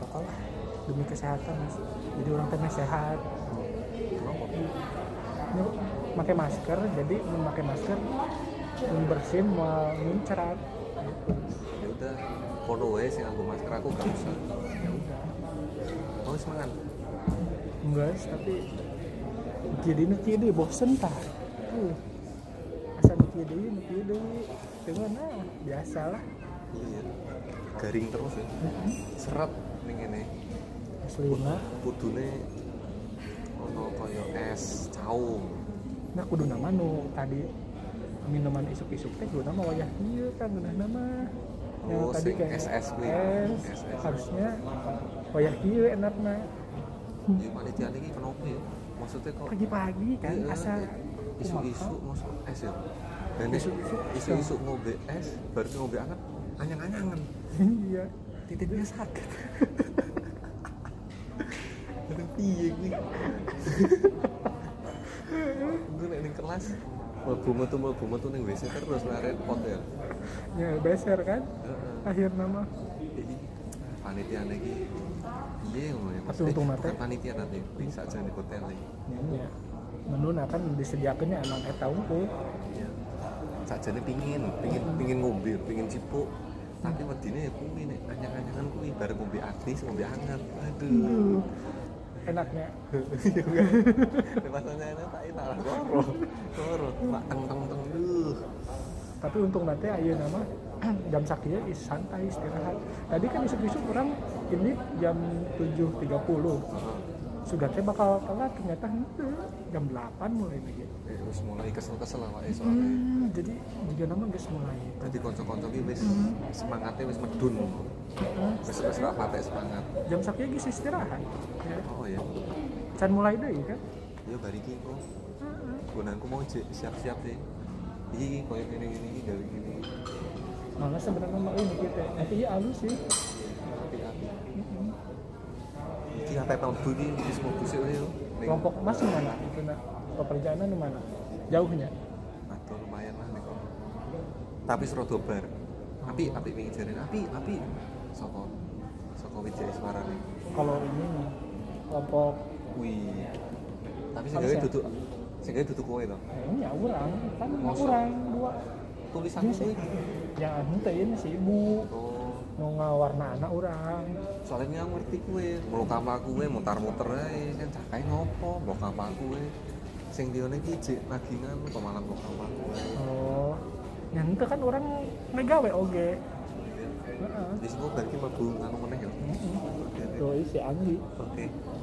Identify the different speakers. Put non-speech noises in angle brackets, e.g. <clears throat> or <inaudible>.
Speaker 1: rokok lah demi kesehatan mas jadi orang temen sehat
Speaker 2: Ya
Speaker 1: ini pakai masker jadi memakai masker membersin mau muncrat
Speaker 2: ya udah kodo we sih aku masker aku gak usah
Speaker 1: ya udah
Speaker 2: mau semangat
Speaker 1: enggak sih, tapi kiri ini kiri bosen tah uh. asal kiri ini kiri dengan ah biasa lah
Speaker 2: iya garing terus ya serat nih ini
Speaker 1: asli mah
Speaker 2: pudune ono koyo es caung
Speaker 1: nah kudu nama nu tadi minuman isuk-isuk teh kudu nama wayah iya kan kudu nama yang
Speaker 2: Oh,
Speaker 1: tadi
Speaker 2: sing
Speaker 1: kayak
Speaker 2: SS kuwi.
Speaker 1: es,
Speaker 2: SS.
Speaker 1: harusnya wayah iya enaknya
Speaker 2: ya panitia ini kenapa ya maksudnya kok
Speaker 1: pagi-pagi kan
Speaker 2: Iya,
Speaker 1: asal
Speaker 2: iya. isu-isu masuk es ya dan nek
Speaker 1: Isu-isu.
Speaker 2: isu-isu ngombe es berarti ngombe anget anyang-anyangan
Speaker 1: iya
Speaker 2: titiknya sakit aduh piye gue gue nek ning kelas mlebu metu mlebu metu ning WC terus lah repot ya
Speaker 1: ya beser kan
Speaker 2: Heeh.
Speaker 1: akhir nama
Speaker 2: Jadi, panitia lagi iya ngomongnya
Speaker 1: Tapi untung mate.
Speaker 2: bukan panitia nanti bisa aja di hotel lagi
Speaker 1: ya, menu nah kan disediakannya emang eta unggul
Speaker 2: iya sajane pingin pingin pingin ngombe pingin cipuk tapi wedine ya kuwi nek anyang-anyangan kuwi bareng ngombe atis ngombe anget aduh
Speaker 1: Aduh, enaknya
Speaker 2: Iya kan? Lepasannya enak tak enak lah loro. Loro, mak teng teng teng duh.
Speaker 1: tapi untung nanti ayo nama <clears throat> jam sakitnya is santai istirahat tadi kan isuk-isuk orang ini jam 7.30
Speaker 2: Heeh.
Speaker 1: sudah teh bakal telat ternyata henteu. jam 8 mulai lagi
Speaker 2: Eh, wis mulai kesel-kesel awake soalnya.
Speaker 1: hmm, jadi juga nama guys mulai
Speaker 2: Tadi kanca-kanca ki wis
Speaker 1: Mm-hmm.
Speaker 2: semangatnya wis medun.
Speaker 1: Heeh.
Speaker 2: Wis wis ra patek semangat.
Speaker 1: jam sakitnya guys istirahat ya.
Speaker 2: Oh ya.
Speaker 1: can mulai deh kan
Speaker 2: Yo bariki kok.
Speaker 1: Ah,
Speaker 2: Gunanku mau jek siap-siap sih. Iki koyo ngene ngene iki gawe ngene.
Speaker 1: malah sebenarnya mau ini kita tapi ya halus sih
Speaker 2: Tapi aku
Speaker 1: Mm-mm.
Speaker 2: iki sampai mlebu iki wis mlebu sik yo. Ning-
Speaker 1: kelompok mas di mana itu nak pekerjaan di mana jauhnya
Speaker 2: atau lumayan lah nih kono. tapi serodo bar api
Speaker 1: Hmm.
Speaker 2: api pengen jarin api api soko soko wijaya suara nih
Speaker 1: kalau ini kelompok
Speaker 2: wih tapi
Speaker 1: Harus
Speaker 2: seenggaknya
Speaker 1: ya?
Speaker 2: duduk seenggaknya duduk kowe loh
Speaker 1: eh, ini ya orang kan
Speaker 2: Masa?
Speaker 1: orang dua
Speaker 2: tulisan
Speaker 1: ini Iya sih
Speaker 2: kowe
Speaker 1: yang henteu ini si ibu
Speaker 2: oh
Speaker 1: nunga warna anak orang
Speaker 2: soalnya aku ngerti kowe meluk apa kowe mutar-muter ae kan cakai ngopo meluk apa kowe sing dione iki jek nagingan kok malah meluk apa kowe
Speaker 1: oh yang henteu kan orang ngegawe oge Heeh.
Speaker 2: di sini bar iki mlebu anu meneh ya
Speaker 1: Doi si Anggi
Speaker 2: oke